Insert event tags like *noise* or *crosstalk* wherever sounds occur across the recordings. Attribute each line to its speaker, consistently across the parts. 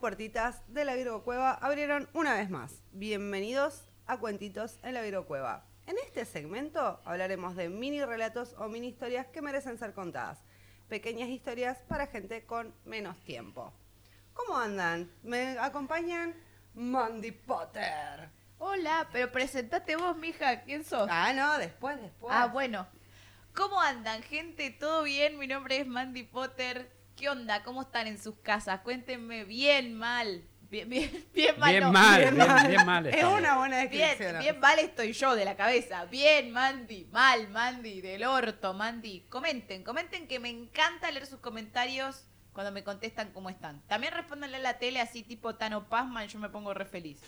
Speaker 1: puertitas de la Virgo Cueva abrieron una vez más. Bienvenidos a Cuentitos en la Virgo Cueva. En este segmento hablaremos de mini relatos o mini historias que merecen ser contadas. Pequeñas historias para gente con menos tiempo. ¿Cómo andan? ¿Me acompañan? Mandy Potter.
Speaker 2: Hola, pero presentate vos, mija, ¿quién sos?
Speaker 1: Ah, no, después, después.
Speaker 2: Ah, bueno. ¿Cómo andan, gente? ¿Todo bien? Mi nombre es Mandy Potter. ¿Qué onda? ¿Cómo están en sus casas? Cuéntenme bien mal. Bien, bien, *laughs* bien mal.
Speaker 3: Bien
Speaker 2: no.
Speaker 3: mal, bien, bien mal
Speaker 1: Es
Speaker 3: estamos.
Speaker 1: una buena
Speaker 2: Bien,
Speaker 1: descripción.
Speaker 2: bien mal estoy yo de la cabeza. Bien, Mandy. Mal, Mandy. Del orto, Mandy. Comenten, comenten que me encanta leer sus comentarios cuando me contestan cómo están. También respóndanle a la tele así tipo Tano Pazman, yo me pongo re feliz.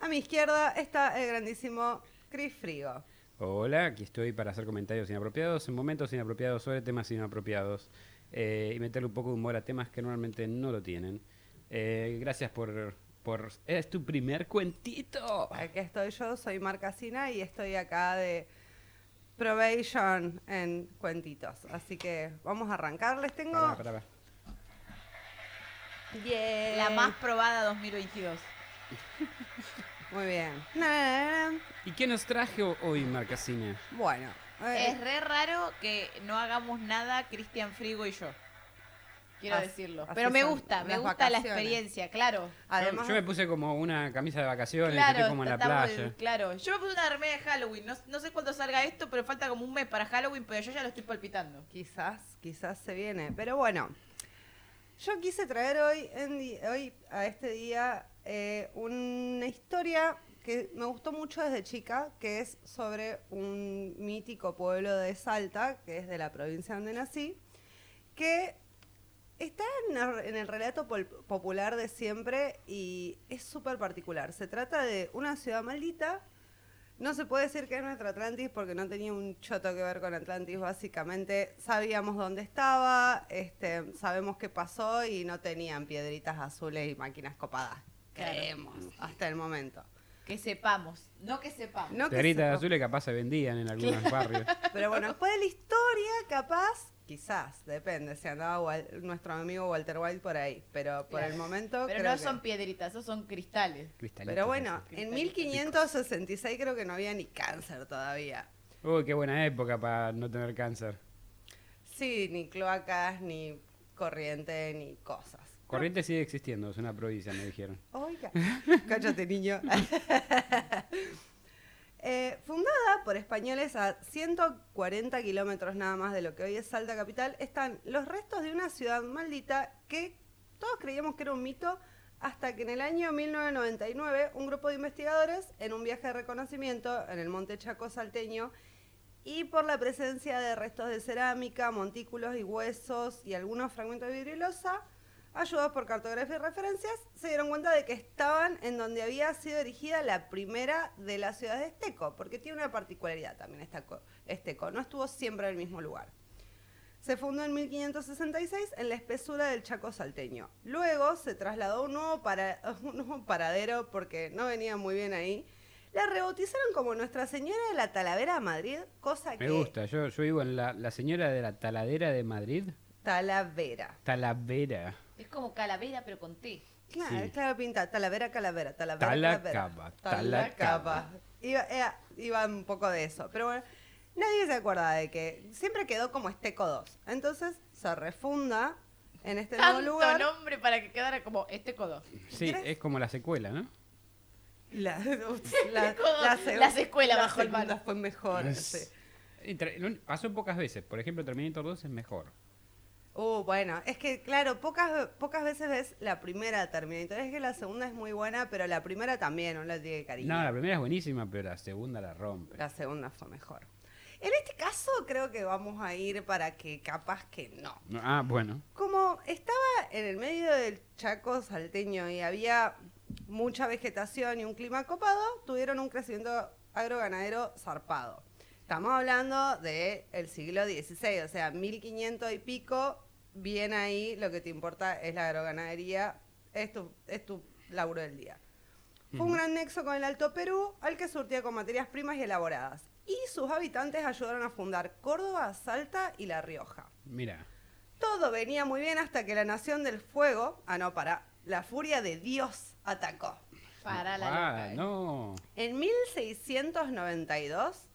Speaker 1: A mi izquierda está el grandísimo Chris Frigo.
Speaker 3: Hola, aquí estoy para hacer comentarios inapropiados en momentos inapropiados sobre temas inapropiados eh, y meterle un poco de humor a temas que normalmente no lo tienen. Eh, gracias por, por... Es tu primer cuentito.
Speaker 1: Aquí estoy yo, soy Marcasina y estoy acá de Probation en Cuentitos. Así que vamos a arrancar. Les tengo
Speaker 3: Pará, pará, pará.
Speaker 1: Yeah.
Speaker 2: La más probada 2022.
Speaker 1: Muy bien. Na, na, na, na.
Speaker 3: ¿Y qué nos traje hoy, Marcasina?
Speaker 1: Bueno. eh,
Speaker 2: Es re raro que no hagamos nada Cristian Frigo y yo. Quiero
Speaker 1: Así-
Speaker 2: decirlo.
Speaker 1: así
Speaker 2: Pero me
Speaker 1: son
Speaker 2: gusta, me
Speaker 1: las
Speaker 2: gusta la
Speaker 1: vacaciones.
Speaker 2: experiencia, claro.
Speaker 1: además,
Speaker 3: yo, yo me puse como una camisa de vacaciones, que
Speaker 2: Claro,
Speaker 3: estoy como en la
Speaker 2: tratamos de-
Speaker 3: playa.
Speaker 2: claro. Yo me puse una remera de Halloween. No, no sé cuándo salga esto, pero falta como un mes para Halloween, pero yo ya lo estoy palpitando.
Speaker 1: quizás, quizás se viene. Pero bueno. Yo quise traer hoy, en di- hoy a este día eh, una historia que me gustó mucho desde chica, que es sobre un mítico pueblo de Salta, que es de la provincia donde nací, que está en el, en el relato pol- popular de siempre y es súper particular. Se trata de una ciudad maldita. No se puede decir que es nuestra Atlantis porque no tenía un choto que ver con Atlantis, básicamente. Sabíamos dónde estaba, este, sabemos qué pasó y no tenían piedritas azules y máquinas copadas.
Speaker 2: Claro.
Speaker 1: Creemos, hasta el momento.
Speaker 2: Que sepamos, no que sepamos.
Speaker 1: No que
Speaker 3: Piedritas
Speaker 1: sepa-
Speaker 3: azules capaz se vendían en algunos barrios.
Speaker 1: *laughs* Pero bueno, después de la historia, capaz, quizás, depende, si andaba Wal- nuestro amigo Walter White por ahí. Pero por
Speaker 2: Claro.
Speaker 1: el momento.
Speaker 2: pero
Speaker 1: creo
Speaker 2: no
Speaker 1: que-
Speaker 2: son piedritas, esos son cristales.
Speaker 3: Cristalitos
Speaker 1: Pero bueno,
Speaker 3: así.
Speaker 1: en 1566 creo que no había ni cáncer todavía.
Speaker 3: Uy, qué buena época para no tener cáncer.
Speaker 1: Sí, ni cloacas, ni corriente, ni cosas.
Speaker 3: Corriente sigue existiendo, es una provincia, me dijeron.
Speaker 1: Oiga, cállate, niño. *laughs* Eh, fundada por españoles a 140 kilómetros nada más de lo que hoy es Salta Capital, están los restos de una ciudad maldita que todos creíamos que era un mito hasta que en el año 1999 un grupo de investigadores en un viaje de reconocimiento en el Monte Chaco salteño y por la presencia de restos de cerámica, montículos y huesos y algunos fragmentos de vidrilosa, ayudados por cartografía y referencias, se dieron cuenta de que estaban en donde había sido erigida la primera de las ciudades de Esteco, porque tiene una particularidad también esta co- Esteco, no estuvo siempre en el mismo lugar. Se fundó en 1566 en la espesura del Chaco salteño. Luego se trasladó a un nuevo, para- *laughs* a un nuevo paradero porque no venía muy bien ahí. La rebautizaron como Nuestra Señora de la Talavera de Madrid, cosa que...
Speaker 3: Me gusta, yo, yo vivo en la, la señora de la taladera de Madrid.
Speaker 1: Talavera.
Speaker 3: Talavera.
Speaker 2: Es como calavera, pero con té.
Speaker 1: Claro,
Speaker 3: Sí.
Speaker 1: claro, pinta. Talavera, calavera, talavera,
Speaker 3: Talacaba,
Speaker 1: calavera. Talacaba.
Speaker 3: talacaba.
Speaker 1: Iba, era- iba un poco de eso. Pero bueno, nadie se acuerda de que siempre quedó como Esteco 2. Entonces se refunda en este nuevo
Speaker 2: Tanto
Speaker 1: lugar.
Speaker 2: nombre para que quedara como este codo.
Speaker 3: Sí,
Speaker 1: ¿Crees?
Speaker 3: es como la secuela, ¿no?
Speaker 1: La, *laughs*
Speaker 2: *laughs*
Speaker 1: la,
Speaker 2: Como
Speaker 1: seg-
Speaker 2: las escuelas
Speaker 1: la
Speaker 2: bajo el
Speaker 1: segunda
Speaker 2: mar.
Speaker 1: fue mejor. sí.
Speaker 3: Y tra- lo- Pasó pocas veces, por ejemplo, Terminator 2 es mejor.
Speaker 1: Uh, bueno, es que claro, pocas, pocas veces ves la primera de Terminator. Es que la segunda es muy buena, pero la primera también, no la tiene cariño.
Speaker 3: No, la primera es buenísima, pero la segunda la rompe.
Speaker 1: La segunda fue mejor. En este caso creo que vamos a ir para que capaz que no.
Speaker 3: No, Ah, bueno.
Speaker 1: Como estaba en el medio del Chaco salteño y había mucha vegetación y un clima copado, tuvieron un crecimiento agroganadero zarpado. Estamos hablando del siglo XVI, o sea, 1500 y pico, bien ahí, lo que te importa es la agroganadería, es tu, es tu laburo del día. Fue un gran nexo con el Alto Perú, al que surtía con materias primas y elaboradas. Y sus habitantes ayudaron a fundar Córdoba, Salta y La Rioja.
Speaker 3: Mira,
Speaker 1: Todo venía muy bien hasta que la Nación del Fuego, ah no, para, la furia de Dios atacó.
Speaker 2: Para la
Speaker 3: Ah,
Speaker 2: loca.
Speaker 3: no.
Speaker 1: En 1692,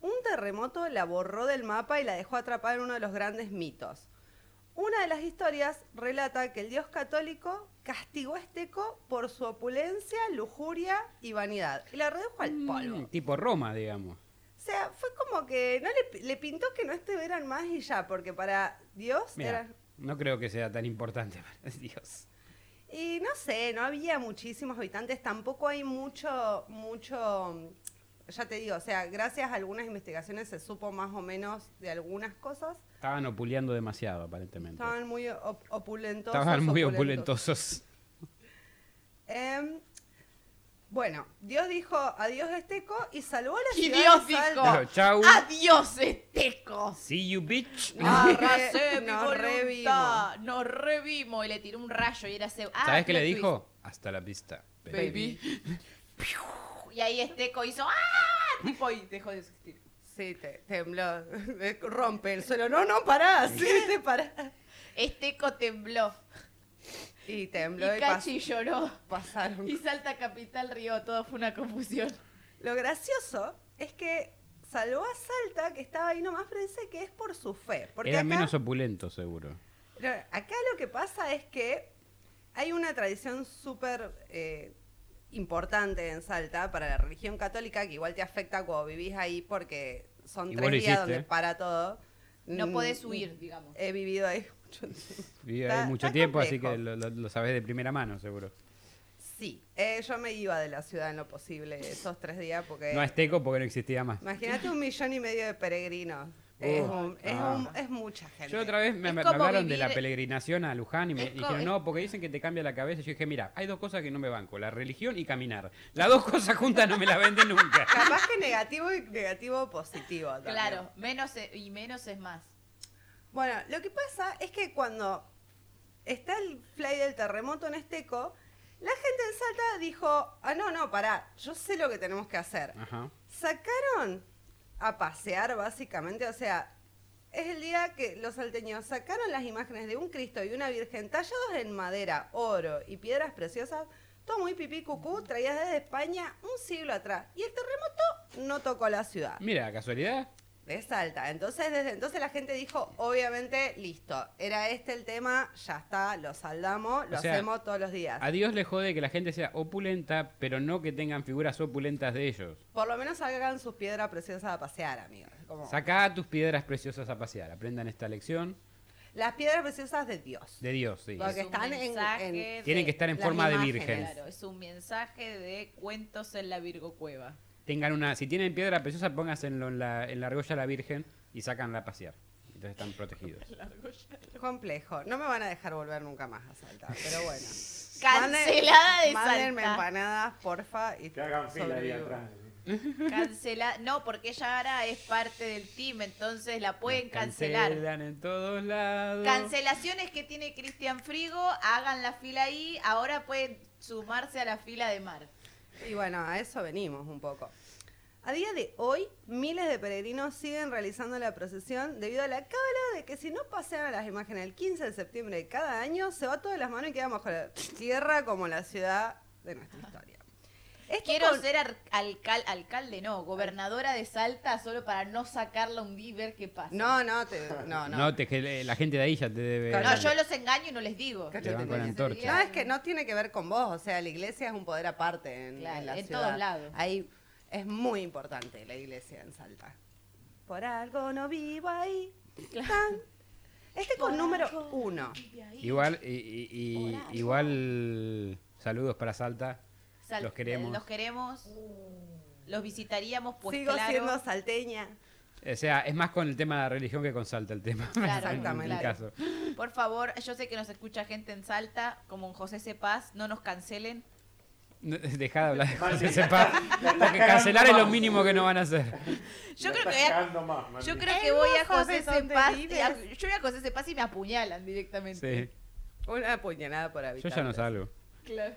Speaker 1: un terremoto la borró del mapa y la dejó atrapada en uno de los grandes mitos. Una de las historias relata que el dios católico castigó a Esteco por su opulencia, lujuria y vanidad y la redujo al polvo.
Speaker 3: Mm, Tipo Roma, digamos.
Speaker 1: O sea, fue como que no le, le pintó que no estuvieran más y ya, porque para Dios
Speaker 3: Mira,
Speaker 1: era...
Speaker 3: no creo que sea tan importante *laughs* para Dios.
Speaker 1: Y no sé, no había muchísimos habitantes, tampoco hay mucho, mucho, ya te digo, o sea, gracias a algunas investigaciones se supo más o menos de algunas cosas.
Speaker 3: Estaban opuleando demasiado, aparentemente.
Speaker 1: Estaban muy op- opulentosos.
Speaker 3: Estaban muy opulentosos.
Speaker 1: Em, bueno, Dios dijo adiós Esteco y salvó a la
Speaker 2: Y
Speaker 1: ciudad
Speaker 2: Dios
Speaker 1: de Salta.
Speaker 2: dijo,
Speaker 3: Claro, chau.
Speaker 2: adiós este estecos.
Speaker 3: See you, bitch.
Speaker 2: Ah,
Speaker 1: No,
Speaker 2: Arrasé mi
Speaker 1: nos
Speaker 2: voluntad. Nos revimos y le tiró un rayo y era ese. ah,
Speaker 3: *laughs* ¿Sabes qué le
Speaker 2: plot twist.
Speaker 3: dijo? Hasta la vista, baby.
Speaker 2: Baby. Y ahí Esteco hizo ¡Ah! Tipo y dejó de existir.
Speaker 1: Sí, te, tembló, *laughs* rompe el suelo. No, no,
Speaker 3: *laughs*
Speaker 1: pará, sí, te pará.
Speaker 2: Esteco tembló.
Speaker 1: Y
Speaker 2: Y
Speaker 1: tembló y, pas-
Speaker 2: Cachi lloró.
Speaker 1: pasaron
Speaker 2: Y Salta Capital rió. Todo fue una confusión.
Speaker 1: Lo gracioso es que salvó a Salta, que estaba ahí nomás, pero dice que es por su fe. Porque
Speaker 3: Era
Speaker 1: acá,
Speaker 3: menos opulento, seguro.
Speaker 1: no, acá lo que pasa es que hay una tradición súper eh, importante en Salta para la religión católica, que igual te afecta cuando vivís ahí porque son
Speaker 3: Y vos
Speaker 1: tres
Speaker 3: lo
Speaker 1: días
Speaker 3: hiciste.
Speaker 1: donde para todo.
Speaker 2: No
Speaker 1: Mm,
Speaker 2: podés huir, digamos.
Speaker 1: He vivido ahí *laughs* mucho
Speaker 3: Viví
Speaker 1: Está-
Speaker 3: ahí mucho
Speaker 1: está
Speaker 3: tiempo, así
Speaker 1: complejo.
Speaker 3: que lo, lo- lo sabes de primera mano, seguro.
Speaker 1: Sí, eh, yo me iba de la ciudad en lo posible esos tres días porque...
Speaker 3: No a Esteco porque no existía más.
Speaker 1: Imagínate un millón y medio de peregrinos. es,
Speaker 3: Uh,
Speaker 1: un- es
Speaker 3: ah.
Speaker 1: un- es mucha gente.
Speaker 3: Yo otra vez me,
Speaker 2: Es
Speaker 3: me
Speaker 2: como
Speaker 3: hablaron de la
Speaker 2: vivir-
Speaker 3: peregrinación a Luján y me
Speaker 2: Es co-
Speaker 3: dijeron,
Speaker 2: es-
Speaker 3: no, porque dicen que te cambia la cabeza. Yo dije, mira, hay dos cosas que no me banco, la religión y caminar. Las dos cosas juntas no me las
Speaker 1: *laughs*
Speaker 3: venden nunca.
Speaker 1: Capaz que negativo y negativo positivo. también.
Speaker 2: Claro, menos e- y menos es más.
Speaker 1: Bueno, lo que pasa es que cuando está el fly del terremoto en Esteco, la gente en Salta dijo, ah, no, no, pará, yo sé lo que tenemos que hacer.
Speaker 3: Ajá.
Speaker 1: Sacaron a pasear, básicamente, o sea, es el día que los salteños sacaron las imágenes de un Cristo y una Virgen tallados en madera, oro y piedras preciosas, todo muy pipí cucú, traídas desde España un siglo atrás. Y el terremoto no tocó la ciudad.
Speaker 3: Mira, casualidad.
Speaker 1: De Salta. Entonces, desde entonces la gente dijo, obviamente, listo, era este el tema, ya está, lo saldamos, lo
Speaker 3: O sea,
Speaker 1: hacemos todos los días.
Speaker 3: A Dios le jode que la gente sea opulenta, pero no que tengan figuras opulentas de ellos.
Speaker 1: Por lo menos hagan sus piedras preciosas a pasear, amigos. Como-
Speaker 3: Saca tus piedras preciosas a pasear. Aprendan esta lección
Speaker 1: Las piedras preciosas de Dios.
Speaker 3: de Dios, sí.
Speaker 1: Porque
Speaker 2: Es un
Speaker 1: están en-
Speaker 2: mensaje
Speaker 1: en-
Speaker 2: de-
Speaker 3: Tienen que estar en
Speaker 1: las
Speaker 3: forma de
Speaker 1: imágenes.
Speaker 3: virgen.
Speaker 2: Claro, es un mensaje de cuentos en la Virgo Cueva.
Speaker 3: Tengan una, si tienen piedra preciosa, pónganlo en la, en la argolla a la Virgen y sácanla a pasear. Entonces están protegidos.
Speaker 1: Complejo. No me van a dejar volver nunca más a Salta, pero
Speaker 2: *laughs*
Speaker 1: bueno.
Speaker 2: Cancelada
Speaker 1: Manden-
Speaker 2: de
Speaker 1: Mándenme
Speaker 2: Salta.
Speaker 1: empanadas, porfa. Y sobrevivo.
Speaker 2: Cancela, no, porque ella ahora es parte del team, entonces la pueden
Speaker 3: Nos
Speaker 2: cancelar.
Speaker 3: Cancelan en todos lados.
Speaker 2: Cancelaciones que tiene Cristian Frigo, hagan la fila ahí, ahora pueden sumarse a la fila de Mar.
Speaker 1: Y bueno, a eso venimos un poco. A día de hoy, miles de peregrinos siguen realizando la procesión debido a la cábala de que si no pasean a las imágenes el 15 de septiembre de cada año, se va todo de las manos y queda bajo la tierra como la ciudad de nuestra historia. Esto
Speaker 2: Quiero
Speaker 1: con-
Speaker 2: ser ar- alcal- alcalde, no, gobernadora de Salta solo para no sacarla un día y ver qué pasa.
Speaker 1: No, no, te- no, no.
Speaker 3: No, te- que la gente de ahí ya te debe.
Speaker 2: No, yo los engaño y no les digo.
Speaker 1: Te
Speaker 3: van con la antorcha.
Speaker 1: No, es que no tiene que ver con vos, o sea, la iglesia es un poder aparte en,
Speaker 2: Claro,
Speaker 1: en la
Speaker 2: en
Speaker 1: ciudad.
Speaker 2: todos lados.
Speaker 1: Ahí es muy importante la iglesia en Salta. Por algo no vivo ahí. Tan. Este con número uno.
Speaker 3: Igual, y- y- y- igual. Saludos para Salta.
Speaker 2: Sal-
Speaker 3: los queremos.
Speaker 2: Los queremos. Los visitaríamos, pues
Speaker 1: Sigo
Speaker 2: claro.
Speaker 1: siendo salteña.
Speaker 3: O sea, es más con el tema de la religión que con Salta el tema. *laughs* en
Speaker 1: Exactamente.
Speaker 3: mi
Speaker 2: claro.
Speaker 3: caso.
Speaker 2: Por favor, yo sé que nos escucha gente en Salta, como en José Cepaz, no nos cancelen.
Speaker 3: No, Dejá de hablar de José Sepa. Porque cancelar es lo mínimo que no van a hacer.
Speaker 2: Yo creo que voy a- Yo creo que voy a
Speaker 1: no sabe
Speaker 2: José
Speaker 1: dónde
Speaker 2: Cepaz.
Speaker 1: vives.
Speaker 2: y a- Yo voy a José Cepaz y me apuñalan
Speaker 3: Sí.
Speaker 2: directamente.
Speaker 1: Una puñalada por habitante.
Speaker 3: Yo ya no salgo.
Speaker 2: Claro.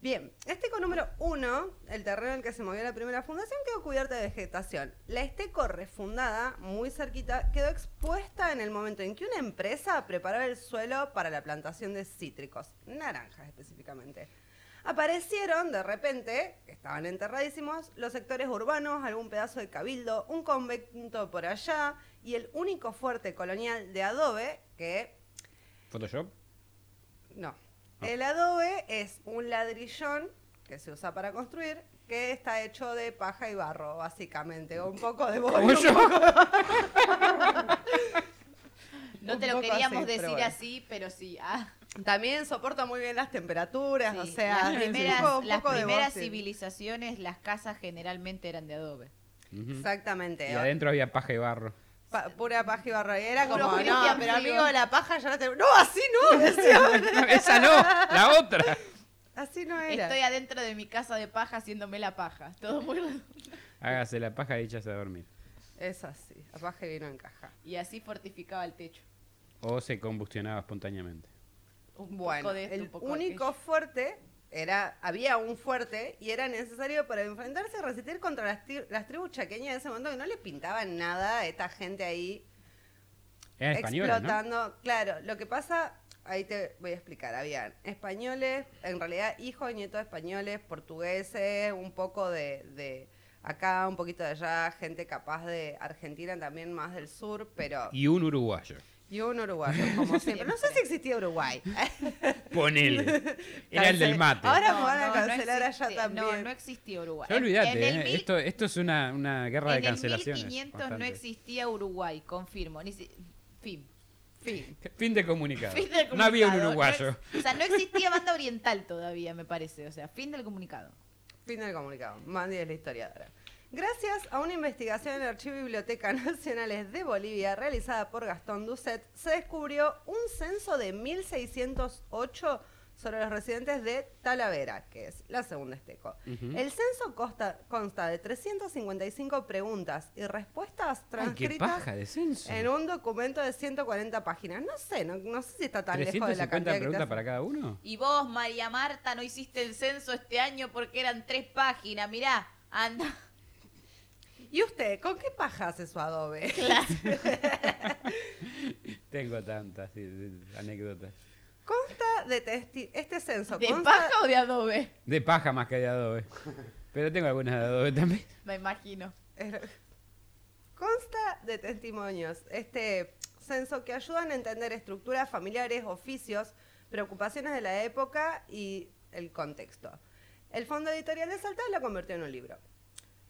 Speaker 1: Bien, esteco número uno, el terreno en el que se movió la primera fundación, quedó cubierta de vegetación. La esteco refundada, muy cerquita, quedó expuesta en el momento en que una empresa preparaba el suelo para la plantación de cítricos, naranjas específicamente. Aparecieron de repente, que estaban enterradísimos, los sectores urbanos, algún pedazo de cabildo, un convento por allá y el único fuerte colonial de adobe que...
Speaker 3: Photoshop.
Speaker 1: No. El adobe es un ladrillón que se usa para construir que está hecho de paja y barro, básicamente. Un poco de
Speaker 3: Como
Speaker 1: bollo.
Speaker 3: yo.
Speaker 2: No
Speaker 1: Un
Speaker 2: te lo
Speaker 1: poco
Speaker 2: queríamos
Speaker 1: así, pero
Speaker 2: decir
Speaker 1: bueno.
Speaker 2: así, pero sí. Ah,
Speaker 1: También soporta muy bien las temperaturas, o
Speaker 2: sí.
Speaker 1: sea,
Speaker 2: las
Speaker 1: un
Speaker 2: primeras,
Speaker 1: poco- un
Speaker 2: las
Speaker 1: poco de
Speaker 2: primeras
Speaker 1: base.
Speaker 2: civilizaciones, las casas generalmente eran de adobe.
Speaker 3: Ujú.
Speaker 1: Exactamente.
Speaker 3: Y adentro había paja y barro. *laughs*
Speaker 1: Pa- pura paja y barro. Y era
Speaker 2: Puro
Speaker 1: como, no,
Speaker 2: Cristian
Speaker 1: pero
Speaker 2: Frigo".
Speaker 1: amigo, la paja ya no te... No, así no,
Speaker 2: *laughs*
Speaker 1: decía.
Speaker 3: Esa no, la otra.
Speaker 1: Así no era.
Speaker 2: Estoy adentro de mi casa de paja haciéndome la paja. Todo muy...
Speaker 3: Hágase la paja y échase a dormir.
Speaker 1: Es así, la paja y vino en caja.
Speaker 2: *laughs* Y así fortificaba el techo.
Speaker 3: O se combustionaba espontáneamente.
Speaker 2: Un
Speaker 1: Bueno,
Speaker 2: poco de esto,
Speaker 1: el
Speaker 2: un poco de
Speaker 1: único
Speaker 2: aquello.
Speaker 1: fuerte era, había un fuerte y era necesario para enfrentarse a resistir contra las, tri- las tribus chaqueñas de ese momento que no les pintaban nada a esta gente ahí
Speaker 3: Eran españoles, ¿no?
Speaker 1: explotando. Claro, lo que pasa, ahí te voy a explicar, habían españoles, en realidad hijos y nietos de españoles, portugueses, un poco de, de acá, un poquito de allá, gente capaz de Argentina también más del sur, pero...
Speaker 3: Y un uruguayo.
Speaker 1: Y un uruguayo,
Speaker 3: *laughs*
Speaker 1: como siempre. No sé si existía Uruguay.
Speaker 3: Ponele. Era el del mate.
Speaker 1: Ahora me van a cancelar
Speaker 2: existe-
Speaker 1: allá también.
Speaker 2: No, no existía Uruguay.
Speaker 3: Ya olvídate,
Speaker 2: En el
Speaker 3: eh,
Speaker 2: mil-
Speaker 3: esto, esto es una, una guerra de
Speaker 2: en el
Speaker 3: cancelaciones.
Speaker 2: 1500 no
Speaker 3: constante.
Speaker 2: existía Uruguay, confirmo. Ni si- Fin. Fin.
Speaker 3: Fin de comunicado.
Speaker 2: *laughs* Fin del
Speaker 3: No había un
Speaker 2: comunicado.
Speaker 3: uruguayo.
Speaker 2: No ex- o sea, no existía banda oriental todavía, me parece. O sea, fin del comunicado.
Speaker 1: Fin del comunicado. Mandy es la historiadora. Gracias a una investigación en el Archivo y *laughs* Biblioteca Nacionales de Bolivia realizada por Gastón Ducet, se descubrió un censo de 1608 sobre los residentes de Talavera, que es la segunda esteco.
Speaker 3: Ujú.
Speaker 1: El censo consta, consta de 355 preguntas y respuestas
Speaker 3: Ay, qué
Speaker 1: transcritas
Speaker 3: paja de censo.
Speaker 1: en un documento de 140 páginas. No sé, no, no sé si está tan lejos de la
Speaker 3: 350
Speaker 1: cantidad que te
Speaker 3: preguntas
Speaker 1: hace.
Speaker 3: para cada uno.
Speaker 2: Y vos, María Marta, no hiciste el censo este año porque eran tres páginas. Mirá, anda. *laughs*
Speaker 1: ¿Y usted, con qué paja hace su adobe?
Speaker 3: Tengo tantas sí, sí, anécdotas.
Speaker 1: Consta de testi este censo
Speaker 2: ¿De
Speaker 1: consta
Speaker 2: paja o de adobe?
Speaker 3: De paja más que de adobe. Pero tengo algunas de adobe también.
Speaker 2: Me imagino.
Speaker 1: consta de testimonios. Este censo que ayudan a entender estructuras familiares, oficios, preocupaciones de la época y el contexto. El Fondo Editorial de Salta lo convirtió en un libro.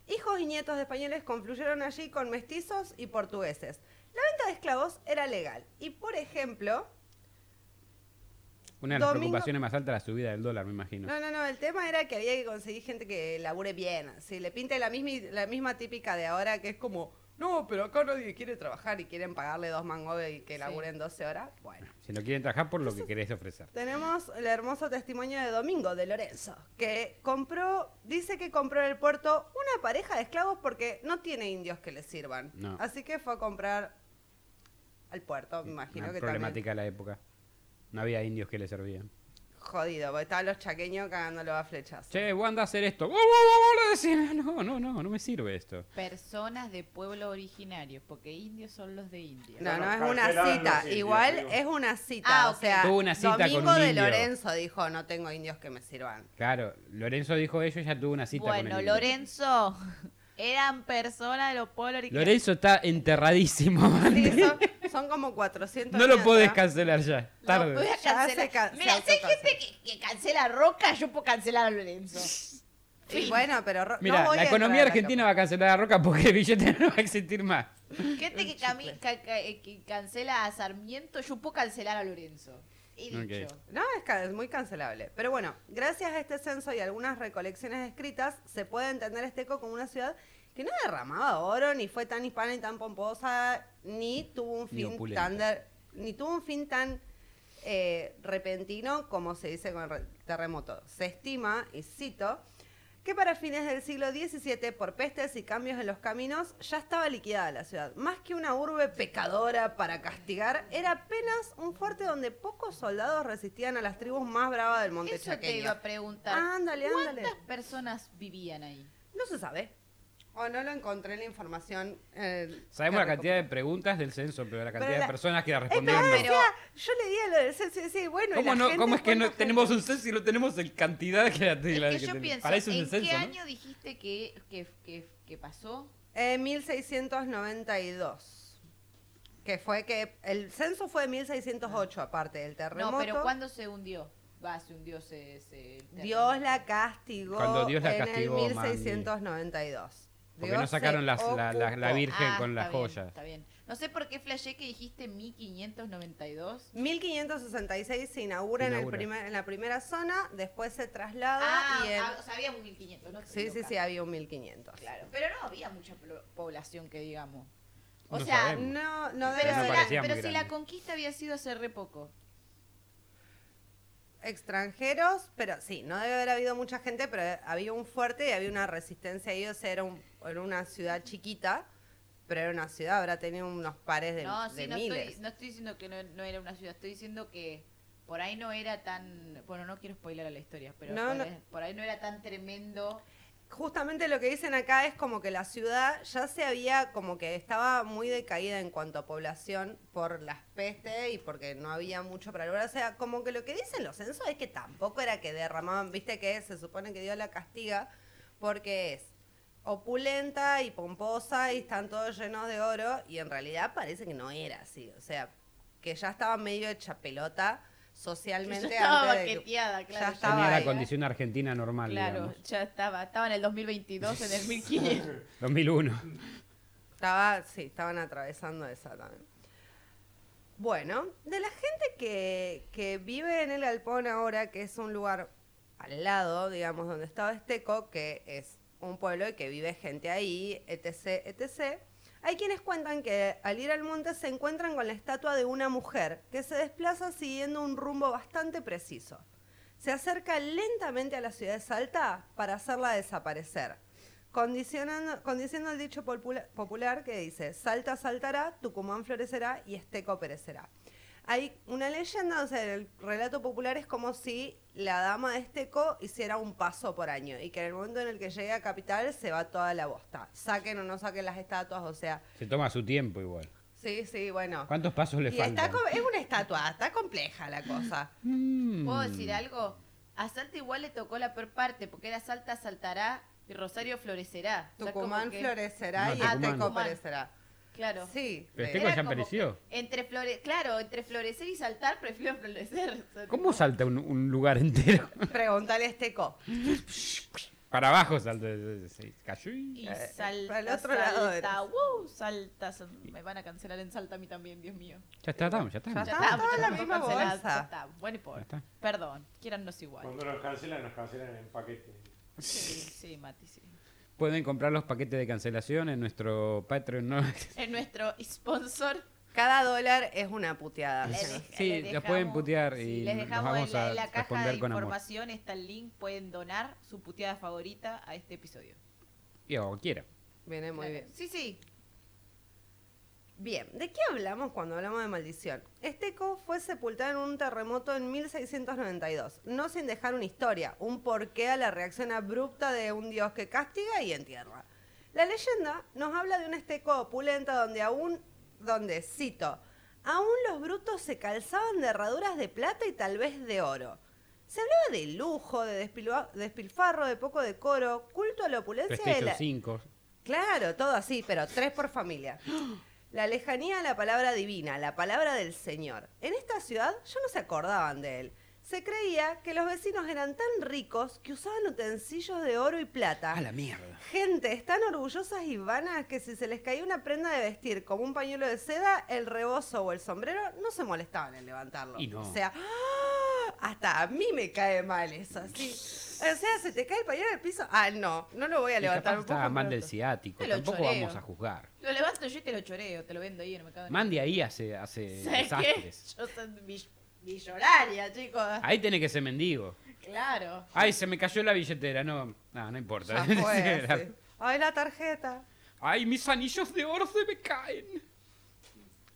Speaker 1: Hijos y nietos de españoles confluyeron allí con mestizos y portugueses. La venta de esclavos era legal y, por ejemplo,
Speaker 3: Una de las
Speaker 1: Domingo- Ah.
Speaker 3: preocupaciones más altas la subida del dólar, me imagino.
Speaker 1: No, no, no, el tema era que había que conseguir gente que labure bien, así, le pinte la misma, la misma típica de ahora que es como, no, pero acá nadie quiere trabajar y quieren pagarle dos mangos y que
Speaker 2: Sí.
Speaker 1: laburen 12 horas. Bueno,
Speaker 3: Si no quieren trabajar por lo que querés ofrecer.
Speaker 1: tenemos el hermoso testimonio de Domingo, de Lorenzo, que compró, dice que compró en el puerto una pareja de esclavos porque no tiene indios que le sirvan.
Speaker 3: No.
Speaker 1: Así que fue a comprar al puerto, me imagino
Speaker 3: Una
Speaker 1: que también.
Speaker 3: problemática de la época. No había indios que le servían.
Speaker 1: Jodido, porque estaban los chaqueños cagándolo a flechas.
Speaker 3: Che, Wanda, hacer esto. ¡Oh, oh, oh, oh! Le decía, No, no, no, no me sirve esto.
Speaker 2: Personas de pueblo originario, porque indios son los de India.
Speaker 1: No, no,
Speaker 4: Bueno,
Speaker 1: es una
Speaker 4: cancelaron
Speaker 1: cita.
Speaker 4: los indios,
Speaker 1: Igual
Speaker 4: digo.
Speaker 1: es una cita. O
Speaker 2: Ah, ok.
Speaker 1: sea,
Speaker 3: Tuvo una cita con
Speaker 1: Domingo
Speaker 3: un
Speaker 1: de
Speaker 3: indio.
Speaker 1: Lorenzo dijo, no tengo indios que me sirvan.
Speaker 3: Claro, Lorenzo dijo ello y ya tuvo una cita con
Speaker 2: bueno,
Speaker 3: el indio.
Speaker 2: Lorenzo, eran personas de los pueblos originarios.
Speaker 3: Lorenzo está enterradísimo.
Speaker 1: Sí,
Speaker 3: Andy.
Speaker 1: son, son como 400
Speaker 3: No lo
Speaker 1: años
Speaker 3: podés
Speaker 1: atrás.
Speaker 3: cancelar ya.
Speaker 2: No, voy
Speaker 3: Tarde.
Speaker 2: a
Speaker 1: Ya
Speaker 2: cancelar.
Speaker 1: se can- se
Speaker 2: Mira, si hay
Speaker 1: autocancela.
Speaker 2: gente que, que cancela a Roca, yo puedo cancelar a Lorenzo.
Speaker 1: Y bueno, pero Ro-
Speaker 3: Mira,
Speaker 1: no voy
Speaker 3: la
Speaker 1: a
Speaker 3: economía
Speaker 1: entrar a
Speaker 3: argentina va a cancelar a Roca porque el billete *laughs* no va a existir más.
Speaker 2: Gente que, cami- ca- ca- eh, que cancela a Sarmiento, yo puedo cancelar a Lorenzo. He
Speaker 3: Ok.
Speaker 2: dicho.
Speaker 1: No, es, ca- es muy cancelable. Pero bueno, gracias a este censo y algunas recolecciones escritas, se puede entender Esteco como una ciudad que no derramaba oro, ni fue tan hispana y tan pomposa, ni tuvo un
Speaker 3: Ni
Speaker 1: fin
Speaker 3: opulenta.
Speaker 1: tan de- ni tuvo un fin tan eh, repentino como se dice con el re- terremoto. Se estima, y cito, que para fines del siglo XVII, por pestes y cambios en los caminos, ya estaba liquidada la ciudad. Más que una urbe pecadora para castigar, era apenas un fuerte donde pocos soldados resistían a las tribus más bravas del monte
Speaker 2: Eso te iba
Speaker 1: chaqueño.
Speaker 2: a preguntar.
Speaker 1: Ándale, ándale.
Speaker 2: ¿Cuántas personas vivían ahí?
Speaker 1: No se sabe. O no lo encontré en la información. eh,
Speaker 3: Sabemos
Speaker 1: que
Speaker 3: la cantidad de preguntas del censo, pero
Speaker 1: Pero
Speaker 3: la cantidad de
Speaker 1: la-
Speaker 3: personas que la
Speaker 1: Esta vez
Speaker 3: respondieron. no.
Speaker 2: Pero-
Speaker 1: decía, yo le di a lo del censo y decía, bueno, y
Speaker 3: ¿Cómo,
Speaker 1: la
Speaker 3: no-
Speaker 1: gente,
Speaker 3: cómo es que
Speaker 1: ¿cuánta
Speaker 3: no
Speaker 1: gente?
Speaker 3: tenemos un censo y no tenemos el cantidad que la que la-
Speaker 2: es que
Speaker 3: que
Speaker 2: yo
Speaker 3: ten-
Speaker 2: pienso,
Speaker 3: Para eso es
Speaker 2: ¿en
Speaker 3: un censo,
Speaker 2: qué
Speaker 3: ¿no?
Speaker 2: año dijiste que, que, que, que pasó?
Speaker 1: Eh, 1692. Que fue que el censo fue de 1608, aparte del terremoto.
Speaker 2: No, pero ¿cuándo se hundió? Va, se hundió se, se-
Speaker 1: Dios la castigó,
Speaker 3: Cuando Dios la castigó,
Speaker 1: en el
Speaker 3: Mandy.
Speaker 1: 1692.
Speaker 3: Porque
Speaker 1: Dios
Speaker 3: no sacaron
Speaker 1: se
Speaker 3: las- la- la- la
Speaker 1: ocupó.
Speaker 3: vir- Virgen con
Speaker 2: Ah, está
Speaker 3: las
Speaker 2: bien,
Speaker 3: joyas.
Speaker 2: Está bien. No sé por qué flashé que dijiste 1592.
Speaker 1: 1566 se inaugura, En, el
Speaker 3: Inaugura.
Speaker 1: primer- en la primera zona, después se traslada
Speaker 2: Ah,
Speaker 1: y en-
Speaker 2: ah, o sea, había un 1500, ¿no? estoy
Speaker 1: Sí, sí,
Speaker 2: loca.
Speaker 1: sí, había un 1500.
Speaker 2: Claro, pero no había mucha plo- población que digamos. O
Speaker 3: No
Speaker 2: sea,
Speaker 3: sabemos.
Speaker 1: No, no debe
Speaker 2: pero,
Speaker 3: No
Speaker 2: si,
Speaker 1: haber
Speaker 3: parecía
Speaker 2: la,
Speaker 3: muy
Speaker 2: pero si
Speaker 3: grande.
Speaker 2: la conquista había sido hace re poco.
Speaker 1: extranjeros, pero sí, no debe haber habido mucha gente, pero había un fuerte y había una resistencia ahí, o sea, era, un- era una ciudad chiquita, pero era una ciudad, habrá tenido unos pares de,
Speaker 2: no, sí,
Speaker 1: de
Speaker 2: no,
Speaker 1: miles.
Speaker 2: Estoy, no estoy diciendo que no, no era una ciudad, estoy diciendo que por ahí no era tan. Bueno, no quiero spoiler a la historia, pero
Speaker 1: No,
Speaker 2: por,
Speaker 1: no.
Speaker 2: ahí- por ahí no era tan tremendo.
Speaker 1: Justamente lo que dicen acá es como que la ciudad ya se había, como que estaba muy decaída en cuanto a población por las pestes y porque no había mucho para lograr. O sea, como que lo que dicen los censos es que tampoco era que derramaban, viste que se supone que Dios la castiga porque es opulenta y pomposa y están todos llenos de oro y en realidad parece que no era así. O sea, que ya estaba medio hecha pelota socialmente.
Speaker 2: Ya estaba
Speaker 1: antes de que-
Speaker 2: baqueteada, claro,
Speaker 1: Ya
Speaker 2: ya
Speaker 1: estaba
Speaker 3: Tenía
Speaker 2: estaba
Speaker 3: la
Speaker 1: ahí. eh?
Speaker 3: condición argentina normal,
Speaker 2: Claro,
Speaker 3: digamos.
Speaker 2: ya estaba. Estaba en el 2022, en
Speaker 3: *laughs*
Speaker 2: el 1500.
Speaker 3: 2001.
Speaker 1: Estaba, sí, estaban atravesando esa también. Bueno, de la gente que, que vive en el galpón ahora, que es un lugar al lado, digamos, donde estaba Esteco, que es un pueblo y que vive gente ahí, etc., etc., hay quienes cuentan que al ir al monte se encuentran con la estatua de una mujer que se desplaza siguiendo un rumbo bastante preciso. Se acerca lentamente a la ciudad de Salta para hacerla desaparecer, condicionando, condiciendo el dicho popula- popular que dice, Salta saltará, Tucumán florecerá y Esteco perecerá. Hay una leyenda, o sea, en el relato popular es como si la dama de Esteco hiciera un paso por año y que en el momento en el que llegue a Capital se va toda la bosta. Saquen o no saquen las estatuas, o sea,
Speaker 3: Se toma su tiempo igual.
Speaker 1: sí, sí, bueno.
Speaker 3: ¿Cuántos pasos le
Speaker 1: Y está
Speaker 3: faltan?
Speaker 1: co- es una estatua, está compleja la cosa.
Speaker 3: Mm.
Speaker 2: ¿Puedo decir algo? A Salta igual le tocó la peor parte, porque era Salta saltará y Rosario florecerá. O sea, como
Speaker 1: Tucumán
Speaker 2: que-
Speaker 1: florecerá
Speaker 3: No,
Speaker 1: y
Speaker 3: Tucumán.
Speaker 1: Ateco
Speaker 2: Tucumán.
Speaker 1: perecerá.
Speaker 2: Claro.
Speaker 1: Sí. eh,
Speaker 3: Pero Esteco
Speaker 2: Era
Speaker 3: ya
Speaker 2: como
Speaker 3: pereció.
Speaker 2: que Entre flore... Claro, entre florecer y saltar, prefiero *laughs* florecer. O sea,
Speaker 3: ¿Cómo
Speaker 2: tipo,
Speaker 3: salta un, un lugar entero? *laughs*
Speaker 1: Pregúntale a este Esteco.
Speaker 3: Para abajo salta. Se cayó y-
Speaker 2: Y
Speaker 1: Eh,
Speaker 2: salta,
Speaker 1: para el otro
Speaker 2: salta,
Speaker 1: lado eres.
Speaker 2: uh, salta, sal- me van a cancelar en Salta a mí también, Dios mío.
Speaker 3: Ya está, estamos, ya
Speaker 1: Ya
Speaker 3: está.
Speaker 1: está. estamos todos Ah, en la
Speaker 2: estamos
Speaker 1: misma
Speaker 2: cancelados,
Speaker 1: bolsa.
Speaker 2: ya está. Bueno, y por.
Speaker 3: Ya está.
Speaker 2: Perdón, quierannos igual.
Speaker 4: Cuando nos cancelan, nos cancelan en paquete.
Speaker 2: Sí, sí, Mati, sí.
Speaker 3: Pueden comprar los paquetes de cancelación en nuestro Patreon. ¿no? *laughs*
Speaker 2: Es nuestro sponsor.
Speaker 1: Cada dólar es una puteada.
Speaker 2: Le
Speaker 1: Sí.
Speaker 2: dej-
Speaker 3: Sí,
Speaker 2: le
Speaker 3: los
Speaker 2: dejamos-
Speaker 3: pueden putear
Speaker 2: sí,
Speaker 3: y
Speaker 2: les
Speaker 3: nos
Speaker 2: dejamos
Speaker 3: vamos
Speaker 2: en la,
Speaker 3: a
Speaker 2: en la caja de
Speaker 3: responder con amor.
Speaker 2: información, está el link, pueden donar su puteada favorita a este episodio.
Speaker 3: Y o quiera.
Speaker 1: Viene muy
Speaker 2: Claro.
Speaker 1: bien.
Speaker 2: Sí, sí.
Speaker 1: Bien, ¿de qué hablamos cuando hablamos de maldición? Esteco fue sepultado en un terremoto en 1692, no sin dejar una historia, un porqué a la reacción abrupta de un dios que castiga y entierra. La leyenda nos habla de un Esteco opulenta donde aún, donde, cito, aún los brutos se calzaban de herraduras de plata y tal vez de oro. Se hablaba de lujo, de despilua- despilfarro, de poco decoro, culto a la opulencia y a
Speaker 3: PlayStation
Speaker 1: la,
Speaker 3: 5.
Speaker 1: Claro, todo así, pero tres por familia. *gasps* La lejanía a la palabra divina, la palabra del Señor. En esta ciudad ya no se acordaban de él. Se creía que los vecinos eran tan ricos que usaban utensilios de oro y plata.
Speaker 3: A la mierda.
Speaker 1: Gente, están orgullosas y vanas que si se les caía una prenda de vestir como un pañuelo de seda, el rebozo o el sombrero no se molestaban en levantarlo.
Speaker 3: Y no.
Speaker 1: O sea, ¡ah! hasta a mí me cae mal eso, así. O sea, se te cae el pañuelo al piso. Ah, no, no lo voy a
Speaker 3: Y capaz
Speaker 1: levantar. me puedo
Speaker 3: estaba mal
Speaker 1: comprar
Speaker 3: del
Speaker 1: otro.
Speaker 3: ciático.
Speaker 2: Me lo
Speaker 3: Tampoco
Speaker 2: choreo.
Speaker 3: vamos a juzgar.
Speaker 2: Lo levanto yo y te lo choreo, te lo vendo ahí, no me cago en
Speaker 3: Mandy ahí hace, hace
Speaker 2: ¿Sabes qué?
Speaker 3: eh,
Speaker 2: *laughs*
Speaker 3: desastres.
Speaker 2: Yo soy mill- millonaria, chicos.
Speaker 3: Ahí tiene que ser mendigo.
Speaker 2: Claro.
Speaker 3: Ay, se me cayó la billetera. No, no, no importa. *laughs*
Speaker 1: Ya fue, sí. Ay, la tarjeta.
Speaker 3: Ay, mis anillos de oro se me caen.